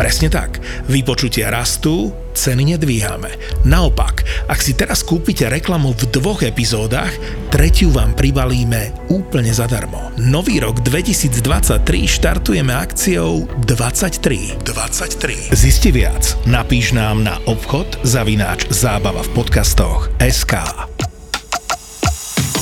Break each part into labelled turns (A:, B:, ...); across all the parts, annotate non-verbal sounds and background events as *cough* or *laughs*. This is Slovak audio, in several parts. A: Presne tak, vypočutia rastú, ceny nedvíhame. Naopak, ak si teraz kúpite reklamu v dvoch epizódach, tretiu vám pribalíme úplne zadarmo. Nový rok 2023 štartujeme akciou 23. 23. Zisti viac, napíš nám na obchod zavináč zábava v podcastoch SK.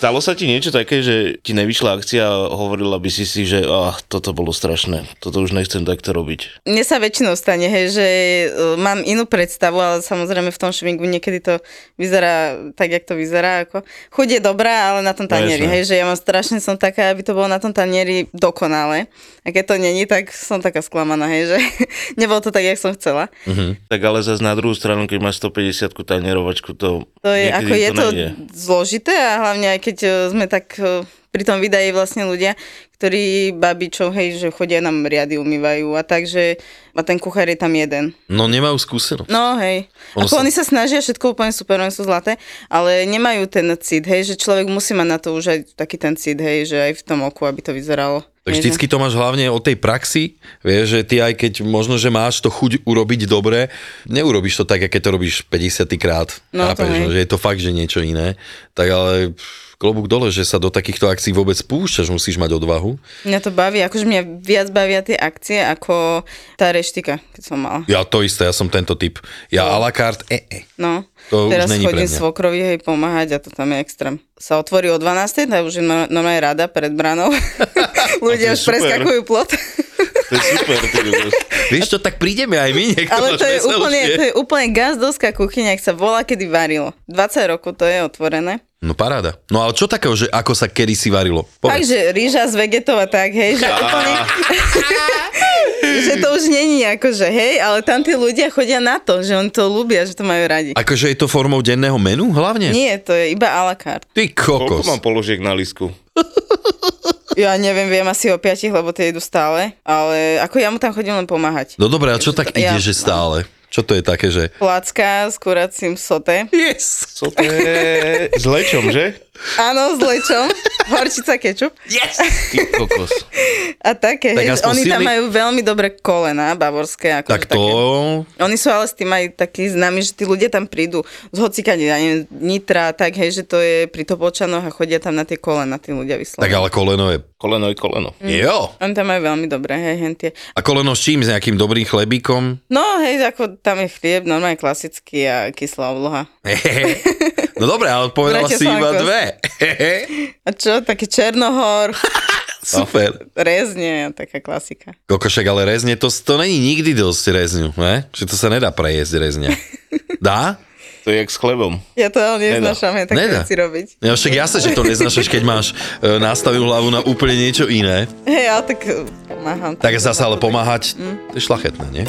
B: Stalo sa ti niečo také, že ti nevyšla akcia a hovorila by si si, že ah, toto bolo strašné, toto už nechcem takto robiť.
C: Mne sa väčšinou stane, hej, že e, mám inú predstavu, ale samozrejme v tom švingu niekedy to vyzerá tak, jak to vyzerá. Ako... Chuť je dobrá, ale na tom tanieri,
B: jasné.
C: hej, že ja mám strašne, som taká, aby to bolo na tom tanieri dokonale. A keď to není, tak som taká sklamaná, hej, že *laughs* nebolo to tak, jak som chcela.
B: Mhm. Tak ale zase na druhú stranu, keď máš 150 tanierovačku, to,
C: To
B: niekedy
C: je, ako je to
B: nejde.
C: zložité a hlavne aj keď e, sme tak e, pri tom vydaji vlastne ľudia, ktorí babičov, hej, že chodia nám riady umývajú a takže a ten kuchár je tam jeden.
D: No nemajú skúsenosť.
C: No hej.
D: Ono
C: Ako
D: sa-
C: oni sa snažia, všetko úplne super, oni sú zlaté, ale nemajú ten cit, hej, že človek musí mať na to už aj taký ten cit, hej, že aj v tom oku, aby to vyzeralo.
D: Tak
C: Hej, že-
D: vždycky to máš hlavne o tej praxi, vieš, že ty aj keď možno, že máš to chuť urobiť dobre, neurobiš to tak, ako keď to robíš 50 krát.
C: No, to hej.
D: že je to fakt, že niečo iné. Tak ale pff, klobúk dole, že sa do takýchto akcií vôbec púšťaš, musíš mať odvahu.
C: Mňa to baví, akože mňa viac bavia tie akcie ako tá reštika, keď som mala.
D: Ja to isté, ja som tento typ. Ja a la carte, e, e.
C: No,
D: To už
C: teraz
D: není pre
C: chodím
D: mňa.
C: svokrovi hej pomáhať a to tam je extrém. Sa otvorí o 12, tak už je no- normálne rada pred
D: *laughs*
C: branou.
B: A to je
C: Ľudia už
B: super.
C: preskakujú plot.
B: To je super. Ty, *laughs* kokos.
D: Vieš čo, tak prídeme aj my
C: *laughs*
D: niekto.
C: Ale
D: až
C: to je,
D: veselšie.
C: úplne, to je úplne gazdovská kuchyňa, ak sa volá, kedy varilo. 20 rokov to je otvorené.
D: No paráda. No ale čo takého, že ako sa kedysi varilo? Povedz.
C: Takže rýža z vegetov a tak, hej, že úplne... *laughs* že to už není akože, hej, ale tam tí ľudia chodia na to, že oni to ľúbia, že to majú radi.
D: Akože je to formou denného menu hlavne?
C: Nie, to je iba a la carte.
D: Ty
B: Koľko
D: kokos.
B: mám položiek na lisku?
C: Ja neviem, viem asi o piatich, lebo tie idú stále, ale ako ja mu tam chodím len pomáhať.
D: No dobré, a čo tak
C: Ja-
D: ide, že stále? Čo to je také, že...
C: Placka s kuracím sote.
D: Yes!
B: Co to je? S lečom, že?
C: Áno, s lečom,
D: *laughs*
C: horčica, kečup.
D: Ty kokos.
C: A také,
D: Tak
C: hej,
D: aspoň
C: oni tam
D: silný-
C: majú veľmi dobré kolená bavorské. akože Ako
D: Tak to...
C: Oni sú ale s tým aj takí známi, že tí ľudia tam prídu z hocikania, ja neviem, Nitra, tak hej, že to je pri Topočanoch a chodia tam na tie kolena, tí ľudia
D: Tak
C: vyslovene.
D: ale koleno je...
B: Koleno je koleno.
D: Jo!
C: Oni tam majú veľmi dobré, hej, hentie.
D: A koleno s čím? S nejakým dobrým *laughs* chlebíkom?
C: No, hej, ako tam je chlieb, normálne klasický a kyslá obloha. *laughs*
D: Hehehe. No dobre, ale povedala
C: Bratia
D: si iba
C: Slanko.
D: *laughs* dve. Hehehe.
C: A čo, taký Černohor,
D: Super.
C: rezne, taká klasika.
D: Kokošek, ale rezne, to, to není nikdy dosť rezňu, ne? Že to sa nedá prejesť rezňa. Dá?
B: To je jak s chlebom.
C: Ja to ale neznášam, ja také
D: Nedá.
C: veci robiť.
D: Ja však jasne, že to neznašaš, keď máš e, nastavenú hlavu na úplne niečo iné.
C: Hej, ale tak eh, pomáham.
D: Tak zase ale pomáhať, to je šlachetné, nie?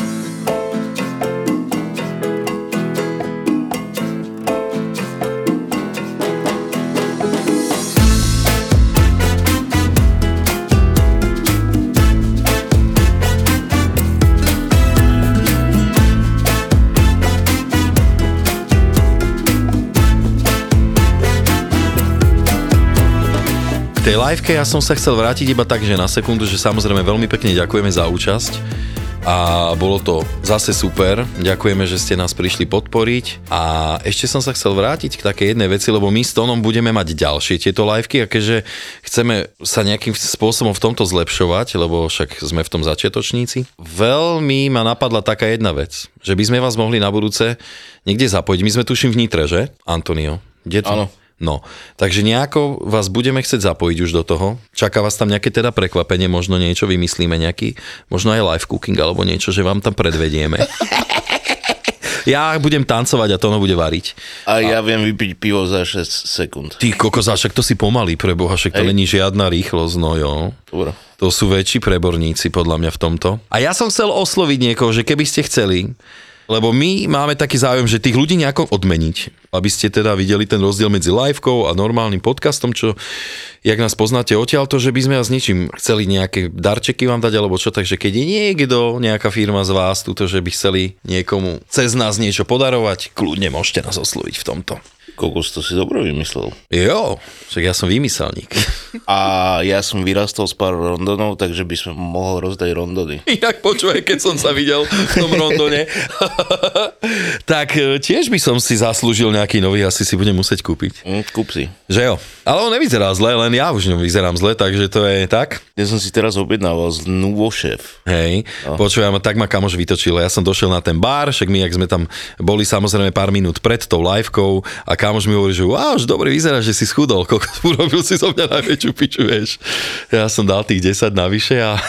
D: K tej liveke ja som sa chcel vrátiť iba tak, že na sekundu, že samozrejme veľmi pekne ďakujeme za účasť a bolo to zase super. Ďakujeme, že ste nás prišli podporiť a ešte som sa chcel vrátiť k takej jednej veci, lebo my s Tónom budeme mať ďalšie tieto liveky a keďže chceme sa nejakým spôsobom v tomto zlepšovať, lebo však sme v tom začiatočníci, veľmi ma napadla taká jedna vec, že by sme vás mohli na budúce niekde zapojiť. My sme tuším v Nitre, že? Antonio. Kde to?
B: Áno.
D: No, takže nejako vás budeme chcieť zapojiť už do toho. Čaká vás tam nejaké teda prekvapenie, možno niečo vymyslíme nejaký, možno aj live cooking alebo niečo, že vám tam predvedieme. Ja budem tancovať a to ono bude variť.
B: A ja viem vypiť pivo za 6 sekúnd.
D: Ty kokos, a však to si pomaly, preboha, však to
B: Hej.
D: není žiadna rýchlosť, no jo.
B: Dobre.
D: To sú väčší preborníci podľa mňa v tomto. A ja som chcel osloviť niekoho, že keby ste chceli, lebo my máme taký záujem, že tých ľudí nejako odmeniť. Aby ste teda videli ten rozdiel medzi livekou a normálnym podcastom, čo, jak nás poznáte odtiaľ, to, že by sme vás ničím chceli nejaké darčeky vám dať alebo čo, takže keď je niekto, nejaká firma z vás, túto, že by chceli niekomu cez nás niečo podarovať, kľudne môžete nás osloviť v tomto.
B: Kokos, to si dobre vymyslel.
D: Jo, však ja som vymyselník. *laughs*
B: A ja som vyrastol s pár rondonov, takže by som mohol rozdať rondony.
D: Inak počuje, keď som sa videl v tom Rondone. *laughs* tak e, tiež by som si zaslúžil nejaký nový, asi si budem musieť kúpiť.
B: Hm, kúp si.
D: Že jo? Ale on nevyzerá zle, len ja už ňom vyzerám zle, takže to je tak.
B: Ja som si teraz objednával z Nuvo Chef.
D: Hej, no. počujem, tak ma kamoš vytočil. Ja som došiel na ten bar, však my, ak sme tam boli samozrejme pár minút pred tou livekou a kamoš mi hovorí, že wow, už dobre vyzerá, že si schudol, koľko *laughs* urobil si zo mňa najväčšiu piču, vieš. Ja som dal tých 10 navyše a... *laughs*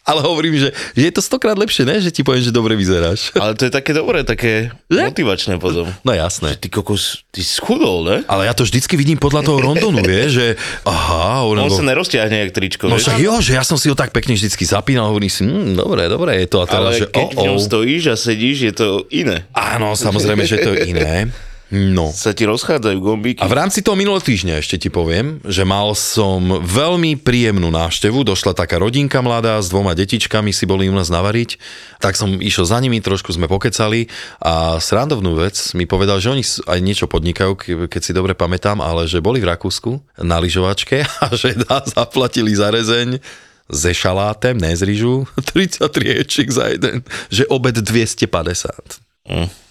D: Ale hovorím, že, že je to stokrát lepšie, ne? Že ti poviem, že dobre vyzeráš.
B: Ale to je také dobré, také motivačné potom.
D: No jasné.
B: Ty kokos, ty schudol, ne?
D: Ale ja to vždycky vidím podľa toho rondonu, vieš, že aha, on,
B: On
D: on
B: sa neroztiahne jak tričko,
D: No
B: vieš?
D: však jo, že ja som si ho tak pekne vždycky zapínal, hovorím si, hm, dobre, dobre je to a teraz,
B: Ale
D: že
B: keď v
D: oh,
B: ňom
D: oh.
B: stojíš a sedíš, je to iné.
D: Áno, samozrejme, že to je iné. No.
B: Sa ti rozchádzajú gombíky.
D: A v rámci toho minulého týždňa ešte ti poviem, že mal som veľmi príjemnú návštevu. Došla taká rodinka mladá s dvoma detičkami, si boli u nás navariť. Tak som išiel za nimi, trošku sme pokecali a srandovnú vec mi povedal, že oni s- aj niečo podnikajú, ke- keď si dobre pamätám, ale že boli v Rakúsku na lyžovačke *laughs* a že dá, zaplatili za rezeň se šalátem, ne z rýžu, *laughs* 33 ječik za jeden, že obed 250.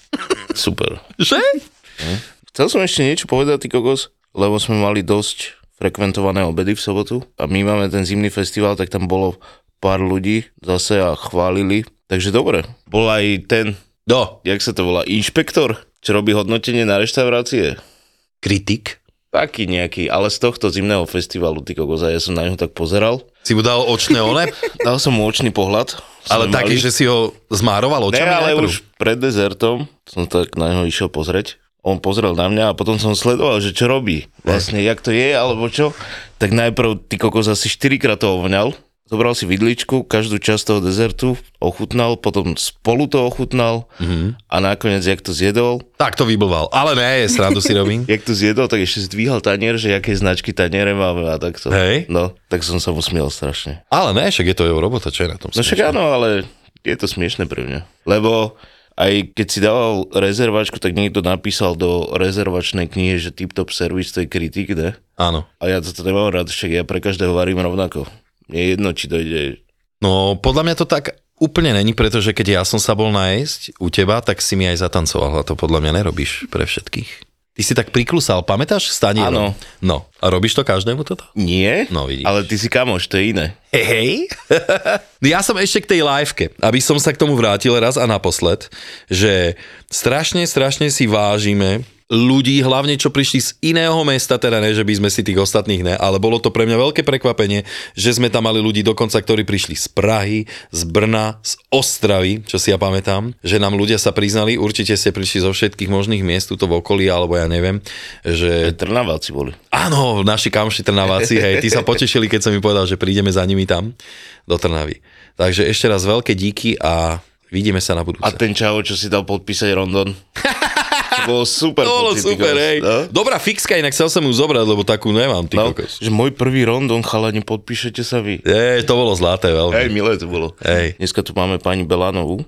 B: Super.
D: Že?
B: Chcel som ešte niečo povedať, ty kokos, lebo sme mali dosť frekventované obedy v sobotu a my máme ten zimný festival, tak tam bolo pár ľudí zase a chválili. Takže dobre, bol aj ten,
D: Do.
B: jak sa to volá, inšpektor, čo robí hodnotenie na reštaurácie.
D: Kritik.
B: Taký nejaký, ale z tohto zimného festivalu, ty kokos, a ja som na neho tak pozeral.
D: Si mu dal očné ole?
B: Dal som mu očný pohľad.
D: Ale
B: Sme mali-
D: taký, že si ho
B: Ne,
D: zmároval očami
B: ale
D: najprv.
B: už pred dezertom som tak na neho išiel pozrieť. On pozrel na mňa a potom som sledoval, že čo robí. Vlastne, jak to je, alebo čo. Tak najprv ty kokos asi 4 krát to ovňal. Zobral si vidličku, každú časť toho dezertu ochutnal, potom spolu to ochutnal
D: Mhm.
B: mm-hmm. a nakoniec, jak to zjedol,
D: Tak to vyblval. Ale ne, srandu si
B: *laughs*
D: robím.
B: jak to zjedol, tak ešte zdvíhal tanier, že aké značky taniere máme a takto.
D: Hej.
B: No, tak som sa mu smiel strašne.
D: Ale ne, však je to jeho robota, čo je na tom
B: No však
D: smiešne?
B: áno, ale je to smiešne pre mňa. Lebo aj keď si dával rezervačku, tak niekto napísal do rezervačnej knihy, že tip-top servis to je kritik, ne?
D: Áno.
B: A ja toto nemám rád, však ja pre každého varím rovnako. Mne je jedno, či dojde...
D: No podľa mňa to tak úplne není, pretože keď ja som sa bol nájsť u teba, tak si mi aj zatancoval a to podľa mňa nerobíš pre všetkých. Ty si tak priklusal, pamätáš? Stanie.
B: Áno.
D: No. A robíš to každému toto?
B: Nie,
D: No, vidíš.
B: ale ty si kamoš, to je iné.
D: Hej. *laughs* ja som ešte k tej liveke, aby som sa k tomu vrátil raz a naposled, že strašne, strašne si vážime ľudí, hlavne čo prišli z iného mesta, teda ne, že by sme si tých ostatných ne, ale bolo to pre mňa veľké prekvapenie, že sme tam mali ľudí dokonca, ktorí prišli z Prahy, z Brna, z Ostravy, čo si ja pamätám, že nám ľudia sa priznali, určite ste prišli zo všetkých možných miest tuto v okolí, alebo ja neviem, že
B: Trnaváci boli.
D: Áno, naši kamši Trnaváci, hej, tí sa potešili, keď som mi povedal, že prídeme za nimi tam do Trnavy. Takže ešte raz veľké díky a vidíme sa na budúce.
B: A ten čavo, čo si dal podpísať
D: *laughs*
B: Rondon. to bolo super.
D: to bolo
B: pocit, ty
D: super,
B: kokos.
D: hej.
B: No?
D: Dobrá fixka, inak chcel som ju zobrať, lebo takú nemám, ty
B: No,
D: no. kokos.
B: že môj prvý Rondon, chalani, podpíšete sa vy.
D: Ej, to bolo zlaté veľmi.
B: Hej, milé to bolo.
D: Hej.
B: Dneska tu máme pani Belanovú.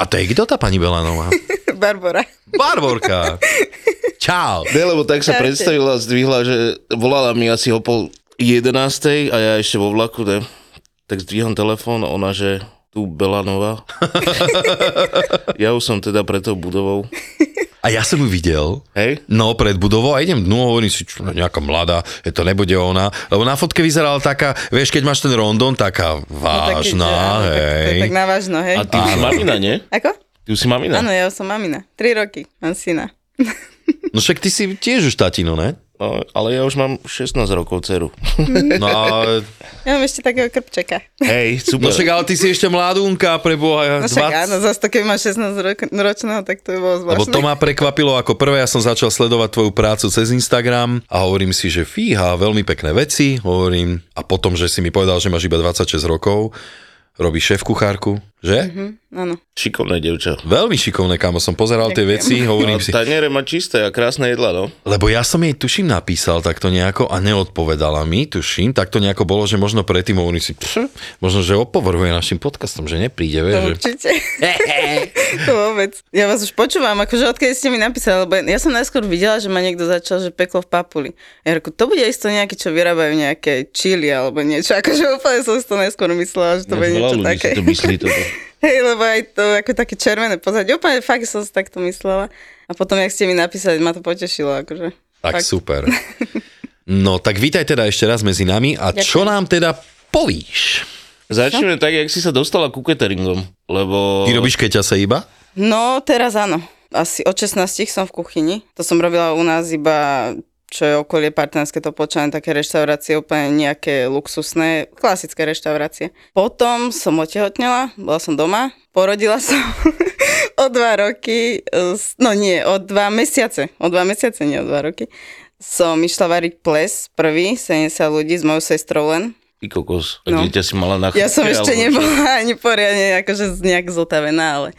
D: A to je kto tá pani Belanová?
C: Barbora.
D: Barborka. Čau.
B: Ne, lebo tak sa predstavila, zdvihla, že volala mi asi o pol jedenástej a ja ešte vo vlaku, ne? Tak zdvíham telefón a ona, že tu *laughs* Belanová. ja už som teda pre tou budovou.
D: A ja som ju videl.
B: Hej?
D: No, pred budovou a idem dnu a hovorím si, čo, nejaká mladá, je to nebude ona. Lebo na fotke vyzerala taká, vieš, keď máš ten rondon, taká
C: *laughs* Taký, že
D: vážna,
C: No, áno, tak, to
D: hej.
C: je tak navážno, hej.
B: A ty už si mamina, nie?
C: Ako?
B: Ty už si mamina.
C: Áno, ja som mamina. Tri roky. Mám syna.
D: No však ty si tiež už tatino, ne?
B: No, ale ja už mám 16 rokov dceru.
D: No a...
C: Ja mám ešte takého krpčeka.
B: Hej,
D: No
B: super.
D: však, ale ty si ešte mladúnka, preboha.
C: No však áno, zase to, keď máš 16 rok- ročného, tak to by bolo zvláštne.
D: Lebo to ma prekvapilo ako prvé, ja som začal sledovať tvoju prácu cez Instagram a hovorím si, že fíha, veľmi pekné veci, hovorím, a potom, že si mi povedal, že máš iba 26 rokov, robíš šéf kuchárku,
C: Mhm.
D: že? Mm-hmm.
C: Áno.
B: Šikovné devča.
D: Veľmi šikovné, kámo, som pozeral tie
C: Ďakujem.
D: veci,
B: No,
D: hovorím si,
B: taniere má čisté a krásne jedla, no.
D: lebo ja som jej tuším napísal takto nejako a neodpovedala mi, tuším, tak to nejako bolo, že možno predtým hovorím si, pš, možno, že opovrhuje našim podcastom, že nepríde, vieš,
C: To
D: že...
C: určite. to vôbec. Ja vás už počúvam, akože odkedy ste mi napísali, lebo ja som najskôr videla, že ma niekto začal, že peklo v papuli. Ja reku, to bude isto nejaký, čo vyrábajú nejaké čili alebo niečo. *laughs* Akože úplne som si to najskôr myslela, že to bude
B: Veľa
C: niečo
B: ľudí
C: také.
B: si to myslí toto.
C: *laughs* Hej, lebo aj to ako také červené pozadie. Úplne fakt som si takto myslela. A potom, jak ste mi napísali, ma to potešilo. Akože.
D: Tak
C: Fakt.
D: super. No, tak vítaj teda ešte raz medzi nami a Ďakujem. čo nám teda povíš?
B: Začneme tak, jak si sa dostala ku cateringom, lebo...
D: Ty robíš keťase iba?
C: No, teraz áno. Asi od 16 som v kuchyni. To som robila u nás iba čo je okolie partnerské to počané, také reštaurácie, úplne nejaké luxusné, klasické reštaurácie. Potom som otehotnela, bola som doma, porodila som *laughs* o dva roky, eh, s- no nie, o dva mesiace, o dva mesiace, nie o dva roky, som išla variť ples prvý, 70 ľudí s mojou sestrou len.
B: Ty kokos, a
C: No.
B: dieťa si mala na
C: Ja som
B: chrbte,
C: ešte
B: alebo čo?
C: nebola ani poriadne, akože nejak zotavená, ale *laughs*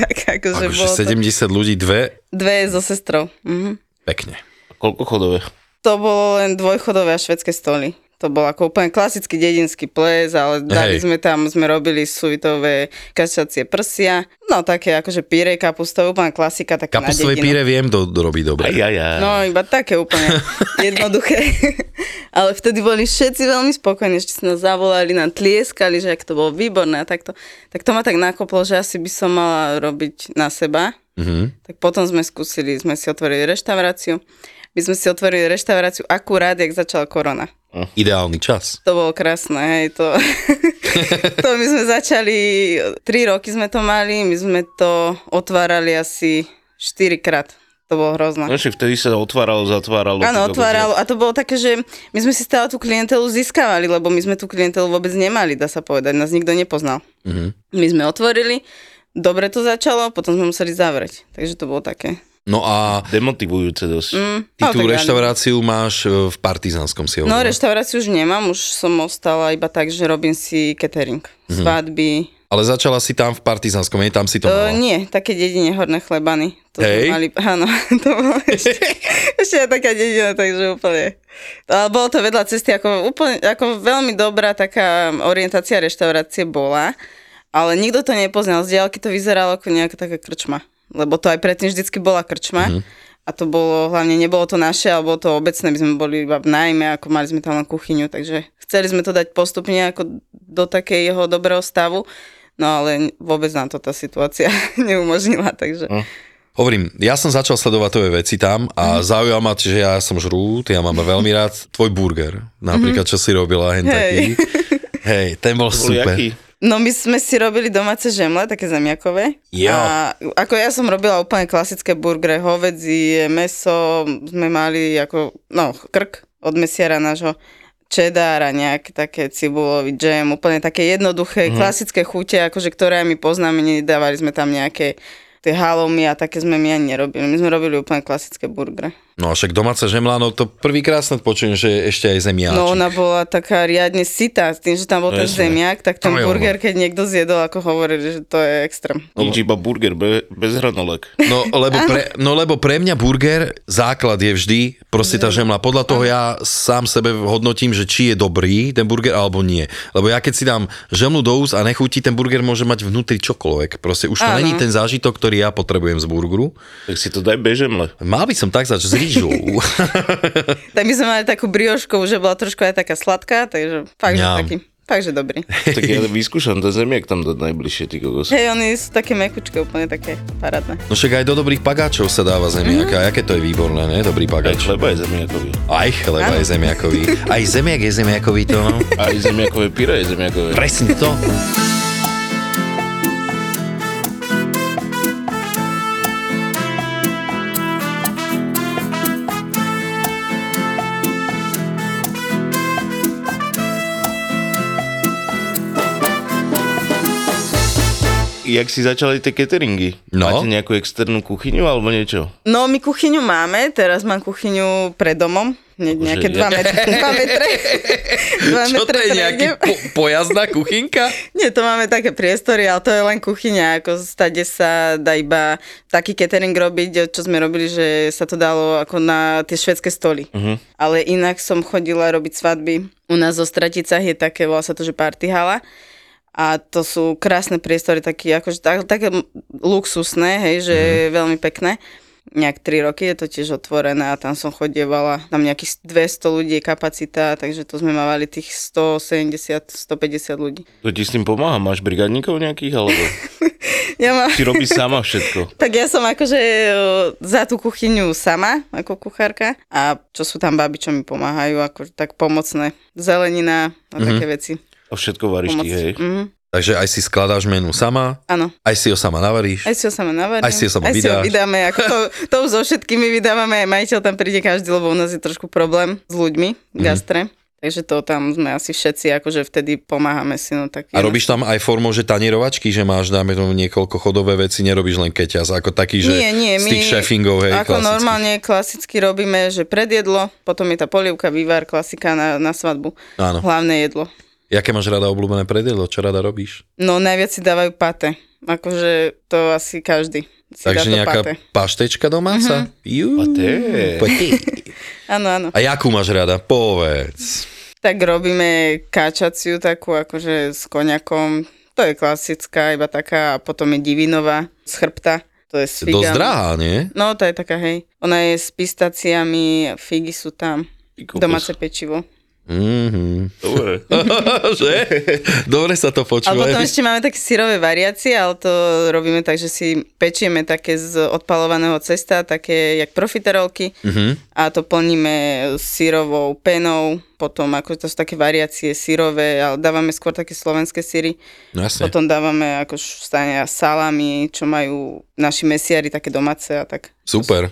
C: tak akože,
D: Akože
C: bolo to-
D: 70 ľudí, dve,
C: Dve so sestrou. Mhm.
D: pekne.
B: Koľko chodové?
C: To bolo len dvojchodové a švedské stoly. To bol ako úplne klasický dedinský ples, ale dali
D: Hej.
C: sme tam, sme robili suvitové kašacie prsia, no také akože píre kapustové, úplne klasika, také na
D: Kapustové
C: dedinu.
D: píre viem, do, do robí dobre.
B: Aj, aj, aj.
C: No iba také úplne jednoduché. *laughs* ale vtedy boli všetci veľmi spokojní, ešte si nás zavolali, nám tlieskali, že ak to bolo výborné a takto. Tak to ma tak nakoplo, že asi by som mala robiť na seba,
D: Mhm.
C: tak potom sme skúsili, sme si otvorili reštauráciu. My sme si otvorili reštauráciu akurát, jak začala korona.
D: Ideálny čas.
C: To bolo krásne, hej, to... to my sme začali, tri roky sme to mali, my sme to otvárali asi 4 krát. To bolo hrozné.
B: No však vtedy sa otváralo, zatváralo. teda ty
C: Áno,
B: kokos,
C: otváralo. A to bolo také, že my sme si stále tú klientelu získavali, lebo my sme tú klientelu vôbec nemali, dá sa povedať. Nás nikto nepoznal.
D: Mhm.
C: My sme otvorili, dobre to začalo, potom sme museli zavrieť. Takže to bolo také.
D: No a
B: Demotivujúce dosť.
C: Mm,
D: ty
C: ale
D: tú
C: tak áno.
D: reštauráciu máš e, v Partizánskom si
C: No,
D: hovoril.
C: reštauráciu už nemám, už som ostala iba tak, že robím si catering. Svadby.
D: Ale začala si tam v Partizánskom, nie? Tam si Mhm. to
C: To,
D: mala.
C: E, nie, také dedine horné chlebany. To sme
D: Hej.
C: Mali, áno, *laughs* to bolo ešte, ešte aj taká dedina, takže úplne. No, Ale bolo to vedľa cesty, ako, úplne, ako veľmi dobrá taká orientácia reštaurácie bola, ale nikto to nepoznal. Z diaľky to vyzeralo ako nejaká taká krčma, lebo to aj predtým vždycky bola krčma. A to bolo, hlavne nebolo to naše, alebo to obecné, my sme boli iba v najmä, ako mali sme tam len kuchyňu, takže chceli sme to dať postupne ako do takého dobrého stavu, no ale vôbec nám to tá situácia *laughs* neumožnila, takže...
D: Hovorím, ja som začal sledovať tvoje veci tam
C: Mhm.
D: a zaujal ma, že ja som žrút, ja mám veľmi rád tvoj burger, napríklad,
C: Mhm.
D: čo si robila hen taký. Hej, ten bol
B: To bol
D: super.
B: jaký?
C: No my sme si robili domáce žemle, také zemiakové.
D: Jo.
C: A ako ja som robila úplne klasické burgre, hovedzie, meso, sme mali ako, no, krk od mesiara nášho čedár a nejaké také cibulový džem, úplne také jednoduché,
D: Mhm.
C: mm. klasické chute, akože ktoré aj my poznáme, nedávali sme tam nejaké tie halomy a také sme my ani nerobili. My sme robili úplne klasické burgre.
D: No a však domáca žemla, no to prvýkrát snad počujem, že je ešte aj zemiačik.
C: No ona bola taká riadne sitá, s tým, že tam bol
B: No
C: ten
B: jasné.
C: zemiak, tak ten
D: To je
C: burger, keď niekto zjedol, ako hovorili, že to je extrém.
B: Nič iba burger, be, bez hranolek.
D: No lebo, pre, no lebo pre mňa burger, základ je vždy proste tá žemla. Podľa toho ja sám sebe hodnotím, že či je dobrý ten burger alebo nie. Lebo ja keď si dám žemlu do úst a nechutí, ten burger môže mať vnútri čokoľvek. Proste už to
C: Áno.
D: není ten zážitok, ktorý ja potrebujem z burgeru.
B: Tak si to daj bežemle.
D: Mal by som tak zač s rýžou.
C: *laughs* Tak my sme mali takú briošku, že bola trošku aj taká sladká, takže fakt, že
D: Ňam.
C: taký, fakt, že dobrý. *laughs*
B: Tak
D: *laughs*
B: ja vyskúšam ten zemiak tam dať najbližšie, ty kokos.
C: Hej, oni sú také mekučké, úplne také parádne.
D: No však aj do dobrých pagáčov sa dáva
C: Mhm.
D: zemiaka. Aké to je výborné, ne? Dobrý
B: Aj
D: pagáč.
B: chleba je zemiakový.
D: Aj chleba je zemiakový. Aj zemiak je zemiakový to,
C: *laughs*
D: no.
B: Aj zemiakové pyre je zemiakové.
D: Presne to.
B: jak si začali tie cateringy?
D: No.
B: Máte nejakú externú kuchyňu alebo niečo?
C: No, my kuchyňu máme, teraz mám kuchyňu pred domom, ne,
B: je.
C: nejaké 2 metre. *laughs* 2 metre. dva
D: Akože Čo to
C: metre
D: je
C: pred
D: nejaký
C: ňou.
D: po, pojazná kuchynka?
C: Nie, to máme také priestory, ale to je len kuchyňa, ako stade sa dá iba taký catering robiť, čo sme robili, že sa to dalo ako na tie švedské stoly. Uh-huh. Ale inak som chodila robiť svadby. U nás zo Straticách je také, volá sa to, že party hala. A to sú krásne priestory, taký, akože, tak, také m- luxusné, hej, že uh-huh. veľmi pekné. Nejak 3 roky je to tiež otvorené a tam som chodievala, tam nejakých 200 ľudí je kapacita, takže to sme mávali tých 170-150 ľudí.
B: To ti s tým pomáha? Máš brigádnikov nejakých? Alebo
C: Ja mám...
B: si robíš sama všetko?
C: Tak ja som akože e, za tú kuchyňu sama, ako kuchárka. A čo sú tam babi, čo mi pomáhajú, ako tak pomocné. Zelenina a mm-hmm. také veci.
B: A všetko varíš ty,
C: Pomoc.
B: hej?
C: Mhm,
D: Takže aj si skladáš menu sama,
C: áno.
D: aj si ho sama navaríš.
C: Aj si ho sama navarím.
D: Aj si ho sama
C: aj si ho
D: vydáš.
C: vydáme. Ako to, to už so všetkými vydávame. Aj majiteľ tam príde každý, lebo u nás je trošku problém s ľuďmi
D: Mhm.
C: v gastre. Takže to tam sme asi všetci, akože vtedy pomáhame si. No, tak
D: A robíš tam aj formou, že tanierovačky, že máš, dáme tomu niekoľko chodové veci, nerobíš len keťaz, ako taký, že
C: nie, nie,
D: z
C: my
D: tých šéfingov, hej,
C: ako
D: klasických.
C: normálne klasicky robíme, že predjedlo, potom je tá polievka, vývar, klasika na, na svadbu.
D: Áno.
C: Hlavné jedlo.
D: Jaké máš rada obľúbené predjedlo, čo rada robíš?
C: No najviac si dávajú pate. Akože to asi každý si
D: Takže
C: dá to
D: nejaká
C: pate. Mhm.
D: paštečka domáca? Jú,
B: Paté.
C: Mm.
D: paté.
C: Áno, áno.
D: A jakú máš rada? Povedz.
C: Tak robíme káčaciu takú, akože s koňakom. To je klasická, iba taká. A potom je divinová z chrbta. To je s
D: Dosť
C: figami.
D: drahá, nie?
C: No, to je taká, hej. Ona je s pistáciami, figy sú tam,
B: Ty kokos.
C: domáce pečivo.
D: Mhm. *laughs*
B: Dobre.
D: že? Dobre sa to
C: A
D: počúva.
C: potom ešte máme také syrové variácie, ale to robíme tak, že si pečieme také z odpalovaného cesta, také jak profiterolky
D: Mhm.
C: a to plníme sírovou penou, potom ako to sú také variácie sírové, ale dávame skôr také slovenské síry.
D: No jasne.
C: Potom dávame ako stania salami, čo majú naši mesiari také domáce a tak.
D: Super.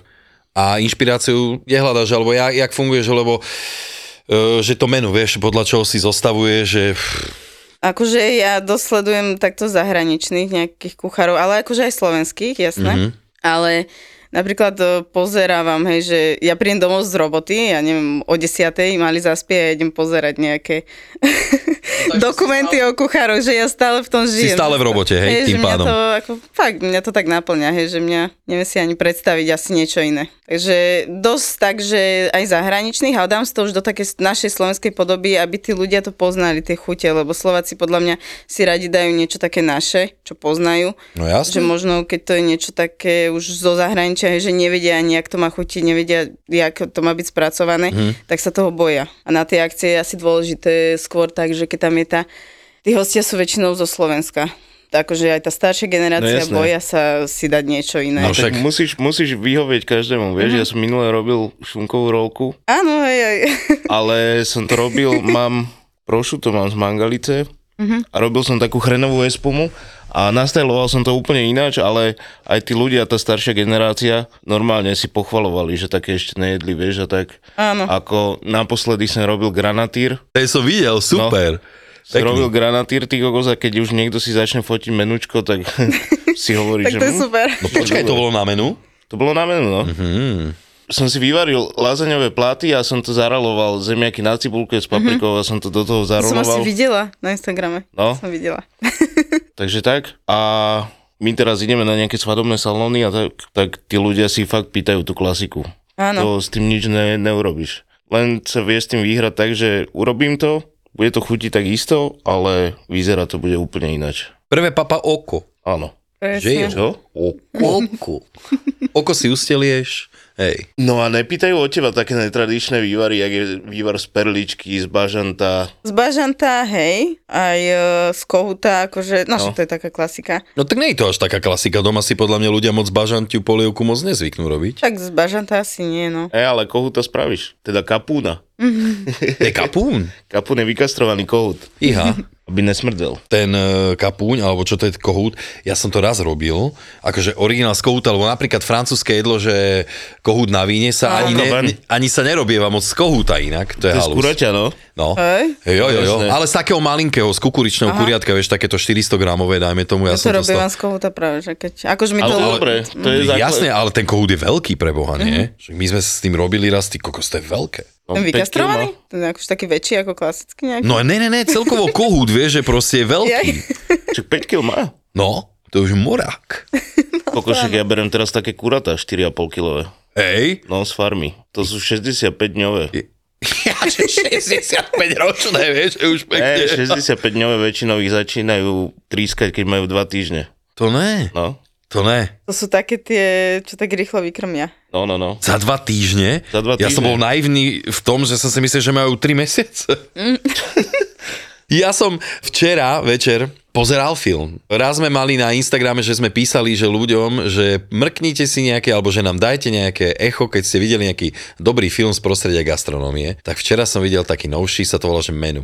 D: A inšpiráciu kde hľadaš, alebo jak, jak funguješ, lebo e, že to menu, vieš, podľa čoho si zostavuje, že
C: Akože ja dosledujem takto zahraničných nejakých kuchárov, ale akože aj slovenských, jasné.
D: Mhm.
C: Mm-hmm. Ale napríklad e, pozerávam, hej, že ja prídem domov z roboty, ja neviem, o 10. mali zaspie a ja idem pozerať nejaké *laughs* dokumenty o kuchároch, že ja stále v tom
D: si
C: žijem.
D: stále v robote, hej,
C: že
D: tým
C: mňa
D: pádom.
C: To, ako, fakt, mňa to tak naplňa, hej, že mňa neviem si ani predstaviť asi niečo iné. Takže dosť tak, že aj zahraničných, ale dám si to už do také našej slovenskej podoby, aby tí ľudia to poznali, tie chute, lebo Slováci podľa mňa si radi dajú niečo také naše, čo poznajú.
D: No
C: Že
D: jasne.
C: možno, keď to je niečo také už zo zahraničia, hej, že nevedia ani, jak to má chutiť, nevedia, jak to má byť spracované,
B: Mhm.
C: mm. tak sa toho boja. A na tie akcie je asi dôležité skôr tak, že keď tam je tá... Tí hostia sú väčšinou zo Slovenska. Takže aj tá staršia
B: jasné.
C: generácia no, boja sa si dať niečo iné. No,
D: No, že-
B: Tak
D: Však-
B: musíš, musíš vyhovieť každému, vieš,
C: Mhm.
B: ja som minule robil šunkovú rolku,
C: Áno, aj, aj.
B: ale som to robil, mám prošu, to mám z mangalice
C: Mhm.
B: a robil som takú chrenovú espumu a nastajloval som to úplne ináč, ale aj tí ľudia, tá staršia generácia normálne si pochvalovali, že také ešte nejedli, vieš, a tak.
C: Áno.
B: Ako naposledy som robil granatír,
D: To som videl, super.
B: som robil granatír, ty kokos, a keď už niekto si začne fotiť menučko,
C: *laughs*
B: tak si hovorí,
C: *laughs*
B: že...
C: tak to je
B: hm,
C: super.
D: No počkaj, to bolo na menu?
B: To bolo na menu, no. Mm-hmm. Som si vyvaril lazaňové platy a som to zaraloval zemiaky na cibulke s paprikou a som to do toho
C: Mhm. To som asi
B: zaroloval.
C: videla na Instagrame.
B: No.
C: Som videla.
B: Takže tak. A my teraz ideme na nejaké svadobné salóny a tak, tak tí ľudia si fakt pýtajú tú klasiku.
C: Áno.
B: To s tým nič ne, neurobiš. Len sa vie s tým vyhrať tak, že urobím to, bude to chutiť tak isto, ale vyzerá to bude úplne ináč.
D: Prvé papa oko.
B: Áno.
D: Že
C: Presne.
D: jo?
B: Čo?
C: *laughs*
D: Oko. Oko si ustelieš. Hej.
B: No a nepýtajú od teba také netradičné vývary, jak je vývar z perličky, z bažanta,
C: Z bažanta, hej, aj e, z kohuta, akože, no, no. to je taká klasika.
D: No tak nie je to až taká klasika. Doma si podľa mňa ľudia moc bažantiu polievku moc nezvyknú robiť.
C: Tak z bažanta asi nie, no.
B: E, ale kohúta spravíš. Teda kapúna.
D: To je kapún.
B: Kapún je vykastrovaný kohút.
D: Iha.
B: aby nesmrdel.
D: ten e, kapúň, alebo čo to je kohút, ja som to raz robil, akože originál z kohúta, lebo napríklad francúzske jedlo, že kohút na víne sa ani, ne,
B: Koban.
D: ani sa nerobieva moc z kohúta inak,
B: To
D: to je,
B: je z
D: halus.
B: kuraťa, no.
D: No.
C: Hej.
D: Jo, jo, jo.
B: Jasné.
D: Ale z takého malinkého, z kukuričného kuriatka, vieš, takéto 400 gramové, dajme tomu,
C: Ja
D: ja,
C: to
D: som to
C: robím
D: stal...
C: vám z kohúta práve, že keď... Akože mi
B: Ale
C: to...
B: to je dobré, to
D: Mm.
B: je No, základ.
D: Jasne, ale ten kohút je veľký pre Boha, nie? Však My sme s tým robili raz, ty kokos, to je veľké.
B: No,
C: Ten
B: päť
C: vykastrovaný?
B: kilo.
C: Ten je akož taký väčší ako klasický nejaký.
D: No ne, ne, ne, celkovo kohút, vieš, že proste je veľký.
B: Čak 5 kg má.
D: No, to je už morák.
B: Kokošek, ja berem teraz také kurata, 4,5 kilové.
D: Hej.
B: No, z farmy. To sú 65 dňové.
D: Ja, že 65 ročné, vieš, že už
B: Ne,
D: pekne.
B: 65 dňové väčšinou ich E, začínajú trískať, keď majú 2 týždne.
D: To ne,
B: No,
D: to ne.
C: To sú také tie, čo tak rýchlo vykrmia.
B: no, no, no.
D: Za dva týždne?
B: Za dva
D: Ja som
B: týždne.
D: bol naivný v tom, že som si myslel, že majú 3 mesiace.
B: Mm.
D: *laughs* ja som včera večer pozeral film. Raz sme mali na Instagrame, že sme písali, že ľuďom, že mrknite si nejaké, alebo že nám dajte nejaké echo, keď ste videli nejaký dobrý film z prostredia gastronómie. Tak včera som videl taký novší, sa to volá, že menu.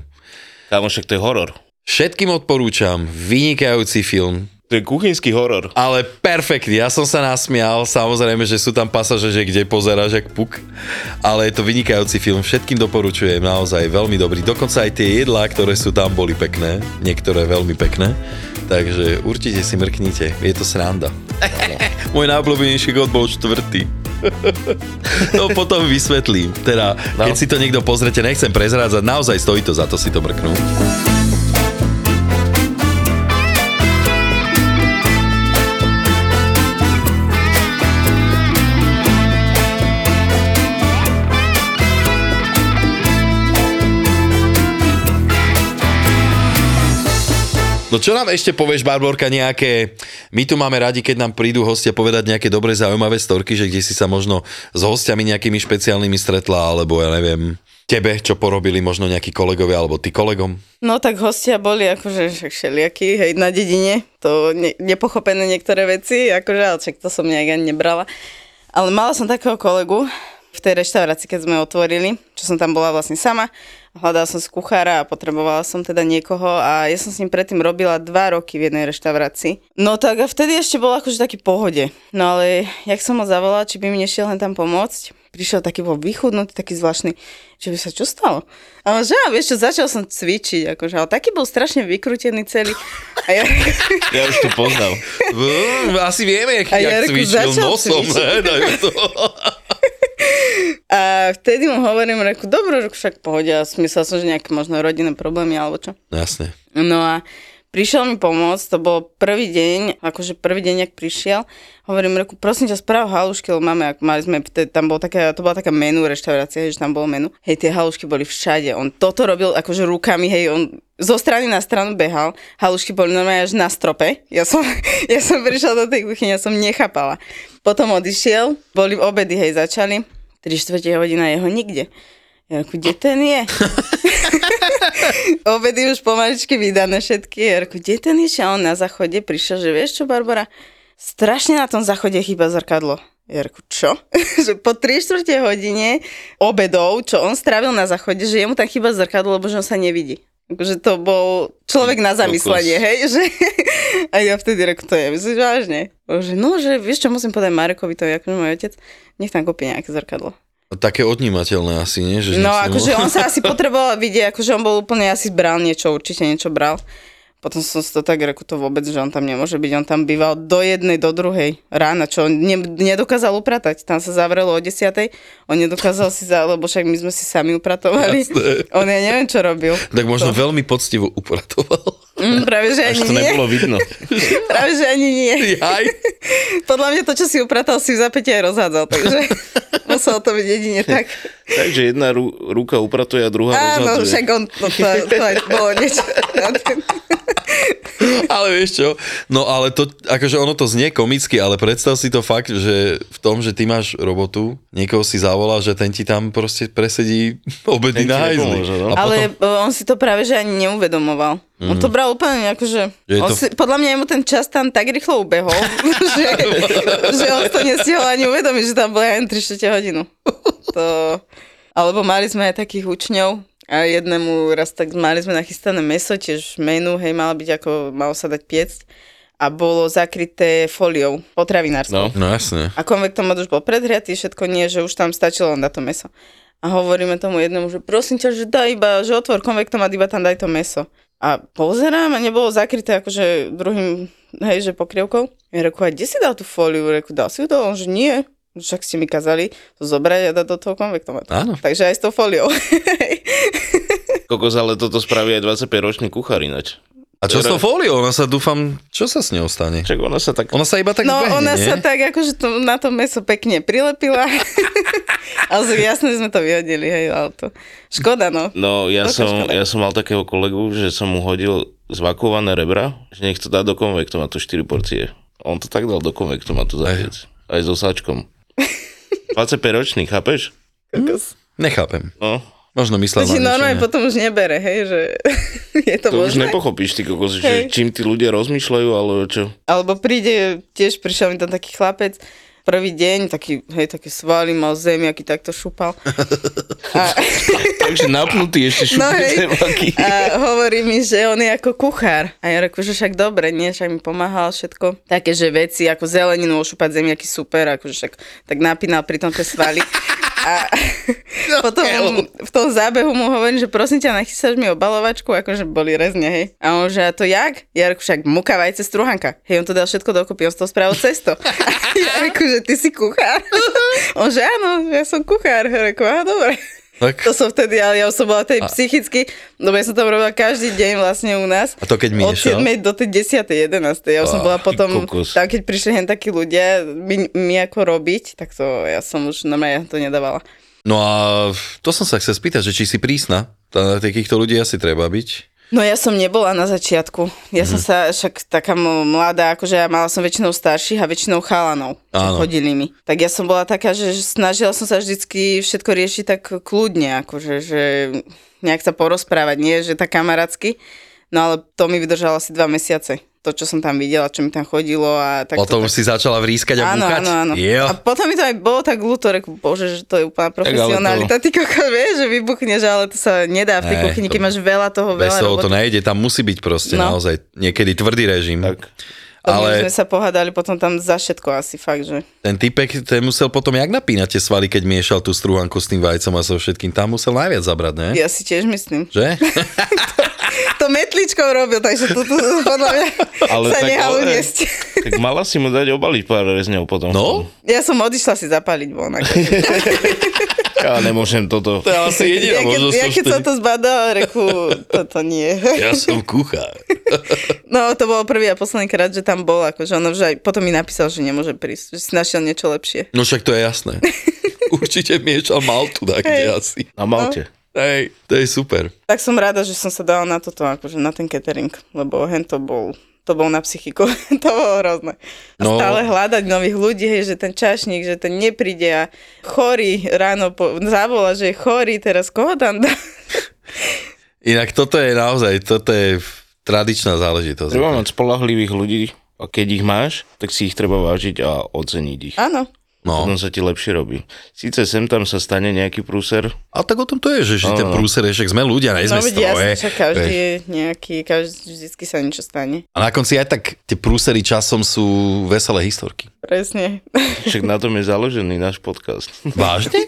B: Kámo, však to je horor.
D: Všetkým odporúčam, vynikajúci film,
B: To je kuchynský horor.
D: ale perfektný, ja som sa nasmial, samozrejme, že sú tam pasaže, že kde pozeráš jak puk, ale je to vynikajúci film, všetkým doporučujem, naozaj veľmi dobrý, dokonca aj tie jedlá, ktoré sú tam, boli pekné, niektoré veľmi pekné, takže určite si mrknite, je to sranda. Môj najobľúbenejší god bol štvrtý. *laughs* to potom vysvetlím, teda
B: No.
D: keď si to niekto pozrete, nechcem prezrádzať, naozaj stojí to za to si to mrknúť. No čo nám ešte povieš, Barborka, nejaké... My tu máme radi, keď nám prídu hostia povedať nejaké dobre zaujímavé storky, že kde si sa možno s hostiami nejakými špeciálnymi stretla, alebo ja neviem, tebe, čo porobili možno nejakí kolegovia, alebo ty kolegom.
C: No tak hostia boli akože však všelijakí, hej, na dedine, to ne, nepochopené niektoré veci, akože, ale však to som nejak ani nebrala. Ale mala som takého kolegu v tej reštaurácii, keď sme otvorili, čo som tam bola vlastne sama, hľadala som z kuchára a potrebovala som teda niekoho a ja som s ním predtým robila dva roky v jednej reštaurácii. No tak a vtedy ešte bol akože taký v pohode. No ale jak som ho zavolala, či by mi nešiel len tam pomôcť, prišiel taký bol vychudnutý, taký zvláštny, že by sa čo stalo? A on, že a vieš čo, začal som cvičiť, akože, ale taký bol strašne vykrútený celý. A ja, *laughs*
B: Ja už to poznám.
D: Asi vieme, jak,
C: A Jarko začal cvičiť.
D: ne? Dajme to.
C: a vtedy mu hovorím, reku, dobro, reku, však v pohode, a myslel som, že nejaké možno rodinné problémy alebo čo.
D: No, *laughs* Jasne.
C: No a prišiel mi pomôcť, to bol prvý deň, akože prvý deň, ak prišiel, hovorím, reku, prosím ťa, správ halušky, lebo máme, ak mali sme, vtedy, tam bol taká, to bola taká menu reštaurácia, hej, že tam bolo menu. Hej, tie halušky boli všade, on toto robil akože rukami, hej, on zo strany na stranu behal, halušky boli normálne až na strope, ja som, *laughs* ja som prišla do tej kuchyne, ja som nechápala. Potom odišiel, boli obedy, hej, začali, 3 čtvrte hodina jeho nikde. Ja reku, kde ten je? obedy už pomaličky vydané všetky. Jarku, kde ten je? A on na záchode prišiel, že vieš čo, Barbara, strašne na tom záchode chýba zrkadlo. Jarku, čo? *laughs* že po 3 čtvrte hodine obedov, čo on strávil na záchode, že jemu tam chýba zrkadlo, lebo že on sa nevidí. Že to bol človek na zamyslenie, hej? Že... *laughs* A ja vtedy reku, to je, myslíš vážne? On Že, no, že vieš čo, musím povedať Marekovi, to je akože môj otec, nech tam kúpi nejaké zrkadlo.
D: No, Také odnímateľné asi, nie? Že
C: No
D: nechcem-
C: akože on
D: *laughs*
C: sa asi potreboval vidieť, akože on bol úplne asi bral niečo, určite niečo bral. Potom som si to tak reku to vôbec, že on tam nemôže byť, on tam býval do jednej, do druhej rána, čo on ne, nedokázal upratať. Tam sa zavrelo o desiatej, on nedokázal si za, lebo však my sme si sami upratovali.
D: Jasné.
C: On ja neviem, čo robil.
D: Tak možno veľmi poctivo upratoval.
C: Mm, práve, že
B: Až to
C: ani nie.
B: nebolo vidno.
C: *laughs* Práve, že ani nie.
D: Jaj. *laughs*
C: Podľa mňa to, čo si upratal, si v zapäti aj rozhádzal,
D: *laughs*
C: takže muselo to byť jedine tak.
B: *laughs* Takže jedna rú, ruka upratuje a druhá
C: Áno,
B: rozhadzuje.
C: však on, no, to, to aj bolo
D: *laughs*
C: niečo.
D: ale vieš čo, no ale to, akože ono to znie komicky, ale predstav si to fakt, že v tom, že ty máš robotu, niekoho si zavolá, že ten ti tam proste presedí
B: Ten ti
D: obedy na hajzli.
B: nepomôže, no.
D: A potom,
C: Ale
D: Mhm.
C: on si to práve že ani neuvedomoval. Mm. On to bral úplne ako, že...
D: Že je
C: on
D: to-
C: si, podľa mňa mu ten čas tam tak rýchlo ubehol, *laughs* že, že on to nestihol ani *laughs* uvedomiť, že tam bola len 3 čtvrte hodinu. To... Alebo mali sme aj takých učňov, A jednému raz tak mali sme nachystané meso, tiež menu, hej, malo byť ako, malo sa dať piecť a bolo zakryté fóliou potravinárskou.
B: No.
D: No jasne.
C: A konvektomat už bol predhriatý, všetko nie, že už tam stačilo len na to meso. A hovoríme tomu jednému, že prosím ťa, že daj iba, že otvor konvektomat, iba tam daj to meso. A pozerám a nebolo zakryté akože druhým, hej, že pokrievkou. Ja reku, a kde si dal tú fóliu? Reku, dal si ju dole? On, že nie. Však ste mi kazali to zobrať a dať do toho konvektomatu.
D: Áno.
C: Takže aj s tou
D: *laughs*
C: fóliou.
B: Kokos, ale toto spraví aj 25-ročný kuchár ináč.
D: A čo s tou fóliou? Ona sa dúfam, čo sa s ňou stane?
B: Však ono sa tak...
D: Ona sa iba tak
C: No
D: zbehne,
C: ona
D: nie?
C: sa tak akože to, na to meso pekne
D: *laughs*
C: prilepila. *laughs* ale z- jasne sme to vyhodili, hej, ale to... Škoda, no.
B: No, ja
C: Veľká
B: som,
C: škoda.
B: ja som mal takého kolegu, že som mu hodil zvakované rebra, že nech to dá do konvektu, má to 4 porcie. On to tak dal do konvektu, má to za
D: Aj.
B: viac. Aj s
C: *laughs*
B: osáčkom. 25-ročný, chápeš?
C: Kokos.
D: Nechápem.
B: No,
D: Možno myslel
C: To si
D: na
C: normálne
D: niečo,
C: potom už nebere, hej, že *laughs* je to,
B: to už
C: možné.
B: nepochopíš, ty kokos, že
C: Hej.
B: čím tí ľudia rozmýšľajú, ale čo?
C: Alebo príde, tiež prišiel mi tam taký chlapec, prvý deň, taký, hej, také svaly, mal zemi, aký takto šupal. A,
B: Takže napnutý ešte
C: No hej.
B: šupný
C: a hovorí mi, že on je ako kuchár. A ja reku, že však dobre, nie, však mi pomáhal všetko. Také, že veci ako zeleninu, ošúpať zemiaky, super, akože však tak napínal pri tom tie svaly. A *laughs* potom v tom zábehu mu hovorím, že prosím ťa, nachystáš mi obalovačku, akože boli rezne, hej. A on, že a to jak? Ja reku, však muka, vajce, struhanka. Hej, on to dal všetko dokopy, on z toho spravil cesto. A ja reku, že ty si kuchár. On, že áno, ja som kuchár. Ja reku, aha, dobre.
D: tak...
C: To som vtedy, ale ja už som bola tej psychicky, lebo ja som tam robila každý deň vlastne u nás.
D: A to keď
C: Od
D: miešal?
C: 7 do tej 10. 11. Ja už som
D: Á,
C: bola potom,
B: kokos.
C: tam keď prišli hen takí ľudia mi, mi ako robiť, tak to ja som už, na mňa to nedávala.
D: No a to som sa chcel spýtať, že či si prísna? Tá- Takýchto ľudí asi treba byť.
C: No ja som nebola na začiatku. Ja
D: Mhm.
C: som sa však taká m- mladá, akože ja mala som väčšinou starších a väčšinou chalanov, čo
D: Áno.
C: chodili mi. Tak ja som bola taká, že že snažila som sa vždycky všetko riešiť tak kľudne, akože že nejak sa porozprávať, nie že tak kamarátsky. No ale to mi vydržalo asi dva mesiace. To, čo som tam videla, čo mi tam chodilo a tak
D: Tak o tom už si začala vrískať a
C: Áno,
D: búchať?
C: áno, áno. A
D: Jo.
C: potom mi to aj bolo tak ľúto, reku, bože, že to je úplná profesionalita, ty kokos, vieš, že vybuchneš, ale to sa nedá v tej
D: Hej,
C: kuchyni,
D: to-
C: keď máš veľa toho,
D: Bez
C: veľa
D: toho
C: roboty.
D: to nejde, tam musí byť proste
C: No.
D: naozaj niekedy tvrdý režim.
B: Tak.
C: Ale... My sme
D: Ale
C: sa pohádali potom tam za všetko asi, fakt, že...
D: ten typek, ten musel potom jak napínať tie svaly, keď miešal tú strúhanku s tým vajcom a so všetkým, tam musel najviac zabrať, ne?
C: Ja si tiež myslím.
D: Že?
C: To metličkou robil, takže to, to, to podľa mňa
B: Ale
C: ale sa
B: tak e.
C: nehal
B: ale-
C: uniesť.
B: Tak mala si mu dať obaliť pár rezňov potom.
D: No?
C: Ja som odišla si zapáliť von. akože.
B: Ja nemôžem toto.
D: je asi
C: Ja, keď, ja keď som to zbadala, reku, toto nie.
D: Ja som kuchár.
C: *laughs* No, to bolo prvý a posledný krát, že tam bol, akože on už aj potom mi napísal, že nemôže prísť, že si našiel niečo lepšie.
D: No však to je
C: *laughs*
D: jasné. Určite miešal maltu tak kde asi.
B: Na Malte.
D: Hej, to je super.
C: Tak som rada, že som sa dala na toto, akože na ten catering, lebo hen to bol, to bol na psychiku, *laughs* to bolo hrozné. A
D: No.
C: no. stále hľadať nových ľudí, hej, že ten čašník, že ten nepríde a chorý ráno po, zavola, že je chorý, teraz koho tam dá? *laughs*
D: Inak toto je naozaj, toto je tradičná záležitosť.
B: Treba mať spolahlivých ľudí a keď ich máš, tak si ich treba vážiť a oceniť ich.
C: Áno,
D: No.
B: Potom sa ti lepšie robí. Síce sem tam sa stane nejaký prúser,
D: A tak o tom to je, že, že ten
B: Áno.
D: prúser, však sme ľudia, nie
C: no
D: sme
C: veď
D: stroje.
C: jasne, však každý
D: vieš.
C: je nejaký, každý, vždycky sa niečo stane.
D: A na konci aj tak tie prúsery časom sú veselé historky.
C: Presne. *laughs*
B: však na tom je založený náš podcast. *laughs*
D: Vážne?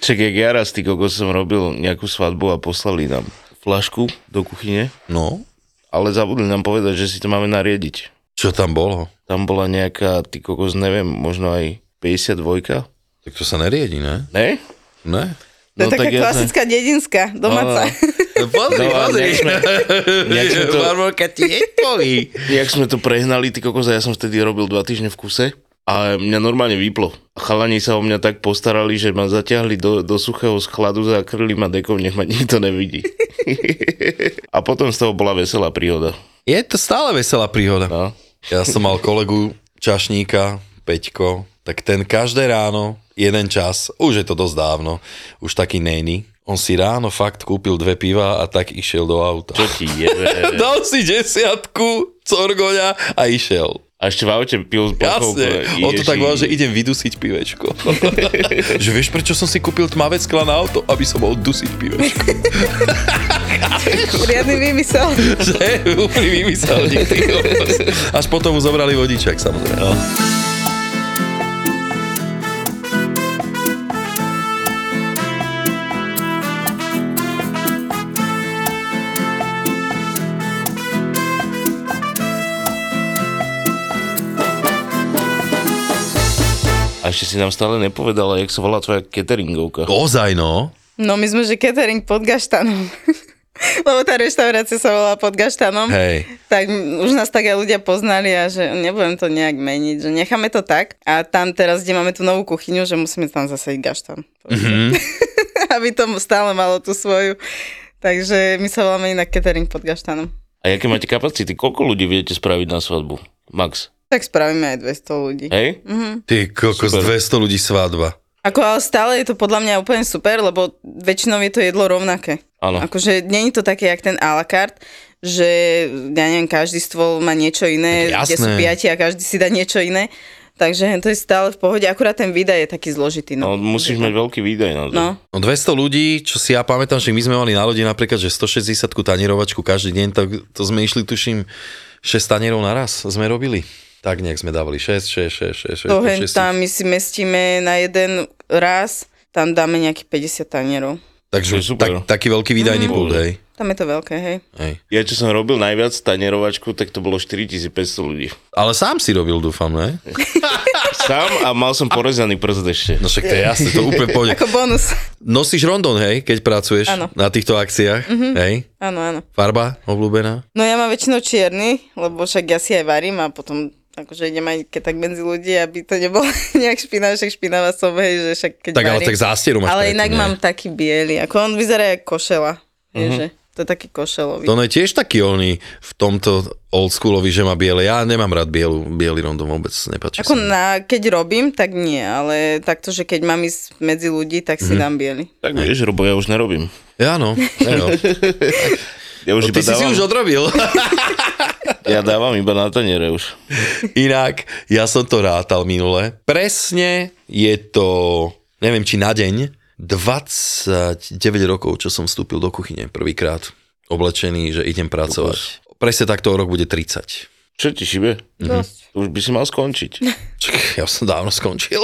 B: Však jak ja raz, ty kokos, som robil nejakú svadbu a poslali nám flašku do kuchyne,
D: No.
B: ale zabudli nám povedať, že si to máme nariadiť.
D: Čo tam bolo?
B: Tam bola nejaká, ty kokos, neviem, možno aj 52.
D: Tak to sa neriedi, ne?
B: Ne?
D: Ne?
C: To je
D: No,
C: taká klasická dedinská, domáca.
D: Pozri,
B: No, ale nejak sme, nejak sme to,
D: Barborka tietovi.
B: nejak sme to prehnali, ty kokos, a ja som vtedy robil dva týždne v kuse a mňa normálne vyplo. Chalani sa o mňa tak postarali, že ma zatiahli do, do suchého schladu, zakryli ma dekom, nech ma nikto nevidí. *laughs* a potom z toho bola veselá príhoda.
D: Je to stále veselá príhoda.
B: No.
D: Ja som mal kolegu čašníka, Peťko, tak ten každé ráno, jeden čas, už je to dosť dávno, už taký nejny, on si ráno fakt kúpil dve piva a tak *laughs* išiel do auta.
B: Čo ti je?
D: Dal si desiatku, corgoňa a išiel.
B: A ešte v aute pil s plochou.
D: Jasne,
B: bo-
D: on to tak
B: Ježi.
D: volal, že idem vydusiť pivečko. *laughs* že vieš, prečo som si kúpil tmavé skla na auto? Aby som mohol dusiť *laughs* pivečko.
C: *laughs* Riadny vymysel.
D: že úplný vymysel. ty kokos. Až potom mu zobrali vodičak, samozrejme. No.
B: A ešte si nám stále nepovedala, jak sa volá tvoja cateringovka.
D: Ozaj, no.
C: No my sme, že catering pod gaštanom. *laughs* Lebo tá reštaurácia sa volá pod gaštanom.
D: Hej.
C: Tak m, už nás tak aj ľudia poznali a že nebudem to nejak meniť, že necháme to tak. A tam teraz, kde máme tú novú kuchyňu, že musíme tam zasadiť gaštan. Mm-hmm. *laughs* Aby to stále malo tú svoju. Takže my sa voláme inak catering pod gaštanom.
B: A aké máte kapacity? Koľko ľudí viete spraviť na svadbu? Max.
C: Tak spravíme aj 200 ľudí.
B: Hej?
D: Mm, Ty kokos,
B: Super.
D: 200 ľudí svadba.
C: Ako ale stále je to podľa mňa úplne super, lebo väčšinou je to jedlo rovnaké.
D: No.
B: Áno.
C: Akože není to také, jak ten a la carte, že ja neviem, každý stôl má niečo iné,
D: Tak
C: kde sú
D: jasné.
C: piati a každý si dá niečo iné. Takže to je stále v pohode, akurát ten výdaj je taký zložitý.
B: No,
C: No.
B: musíš mať veľký výdaj na to.
C: no.
D: No 200 ľudí, čo si ja pamätám, že my sme mali na lodi napríklad, že 160 tanierovačku každý deň, tak to sme išli tuším 6 tanierov naraz, sme robili. Tak nejak sme dávali 6, 6, 6, 6, 6.
C: To hen tam my si mestíme na jeden raz, tam dáme nejakých 50 tanierov.
B: To
D: Takže
B: je super.
D: tak, taký veľký výdajný mm. púd, hej.
C: Tam je to veľké, hej.
D: hej.
B: Ja čo som robil najviac tanerovačku, tak to bolo 4500 ľudí.
D: Ale sám si robil, dúfam, ne?
B: Sám a mal som porezaný prst ešte.
D: No však to je jasné, to úplne pôjde.
C: *laughs* Ako bonus.
D: Nosíš rondon, hej, keď pracuješ
C: Áno. Mhm.
D: na týchto akciách, mm-hmm. hej?
C: Áno, áno.
D: Farba obľúbená?
C: No ja mám väčšinou čierny, lebo však ja si aj varím a potom akože idem aj keď tak medzi ľudí, aby to nebolo *laughs* nejak špinavé, však špinavá som, hej, že však keď
D: Tak ale
C: varím.
D: tak zástieru máš
C: Ale
D: predtým,
C: inak
D: ne?
C: mám taký biely, ako on vyzerá jak košela, vieš, že to je taký košelový.
D: To on je tiež taký oný v tomto oldschoolový, že má biele. Ja nemám rád bielu, biely rondon, vôbec nepáči
C: Ako
D: sa mi.
C: na, keď robím, tak nie, ale takto, že keď mám ísť medzi ľudí, tak si dám biely.
B: Tak vieš, Robo, ja už nerobím.
D: Ja no,
C: *laughs*
D: ja no.
B: Ja už
D: No,
B: iba
D: ty si si
B: dávam,
D: už
C: *laughs*
D: odrobil.
B: ja dávam iba na taniere už.
D: Inak, ja som to rátal minule. Presne je to, neviem či na deň, 29 rokov, čo som vstúpil do kuchyne prvýkrát. Oblečený, že idem pracovať. Presne takto rok bude 30.
B: Čo ti šibe?
C: Dosť.
B: Už by si mal skončiť.
D: Čak, ja som dávno *laughs* skončil.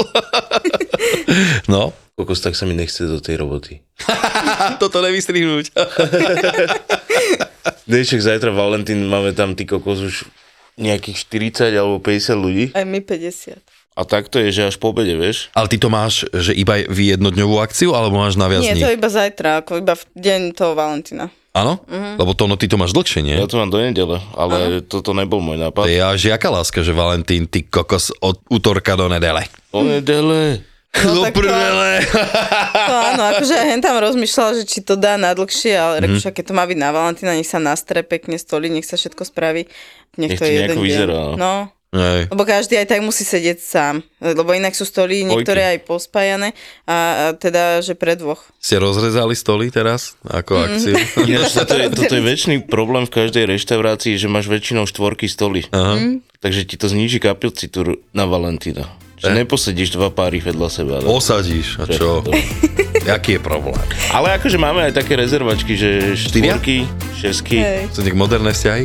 D: no,
B: *laughs*
D: *laughs*
B: Kokos, tak sa mi nechce do tej roboty.
D: a toto nevystrihnúť.
B: Dejček, zajtra Valentín, máme tam ty kokos už nejakých 40 alebo 50 ľudí.
C: Aj my 50.
B: A tak to je, že až po obede, vieš?
D: Ale ty to máš, že iba v jednodňovú akciu, alebo máš na viac
C: Nie,
D: dní?
C: to iba zajtra, ako iba v deň toho Valentína.
D: Áno?
C: Mhm.
D: Lebo to, no ty to máš dlhšie, nie?
B: Ja to mám do nedele, ale toto nebol môj
D: To
B: nápad.
D: je až jaká láska, že Valentín, ty kokos od útorka do nedele.
B: O nedele.
D: No,
C: tak to- To áno, akože ja hen tam rozmýšľala, že či to dá na dlhšie, ale mm. reku, však keď to má byť na Valentína, nech sa nastre pekne stoli, nech sa všetko spraví.
B: Nech
C: Nech,
B: to
C: to je jeden
B: nejako
C: deň.
B: vyzerá, no.
C: No,
D: Hej.
C: lebo každý aj tak musí sedieť sám, lebo inak sú stoly niektoré aj pospájane a, a teda, že pre dvoch.
D: Ste rozrezali stoly teraz ako akciu?
B: Ináč, toto, je, toto je väčší problém v každej reštaurácii, že máš väčšinou štvorky stoly.
D: Aha.
B: Takže ti to zniží kapilcitu na Valentína. Že neposedíš dva páry vedľa seba. no.
D: Osadíš, a čo? Jaký je problém?
B: Ale akože máme aj také rezervačky, že
D: Štyria?
B: štvorky, šesky.
C: Hej.
D: Sú nejak moderné vzťahy?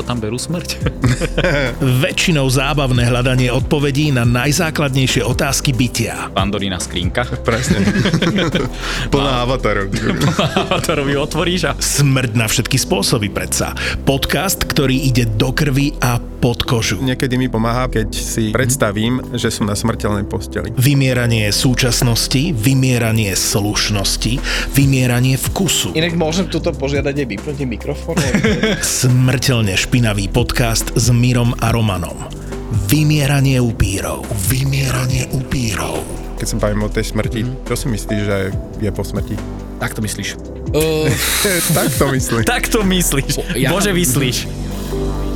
E: Všetko tam berú smrť.
A: Väčšinou zábavné hľadanie odpovedí na najzákladnejšie otázky bytia.
E: Pandorína skrinka. *laughs*
F: Presne. Plná avatarov.
E: Avatarov ju otvoríš a...
A: Smrť na všetky spôsoby predsa. Podcast, ktorý ide do krvi a pod kožu.
F: *laughs* Niekedy mi pomáha, keď si predstavím, že som na smrteľnej posteli.
A: Vymieranie súčasnosti, vymieranie slušnosti, vymieranie vkusu.
G: Inak môžem tuto požiadať aj vypnutie mikrofónu.
A: *laughs* Smrteľne špinavý podcast s Mirom a Romanom. Vymieranie upírov. Vymieranie upírov.
F: Keď som bavím o tej smrti, čo si myslíš, že je po smrti?
E: Mhm. Tak to myslíš.
F: *laughs* tak to myslím.
E: Tak to myslíš.
G: ja-
E: Bože, myslíš.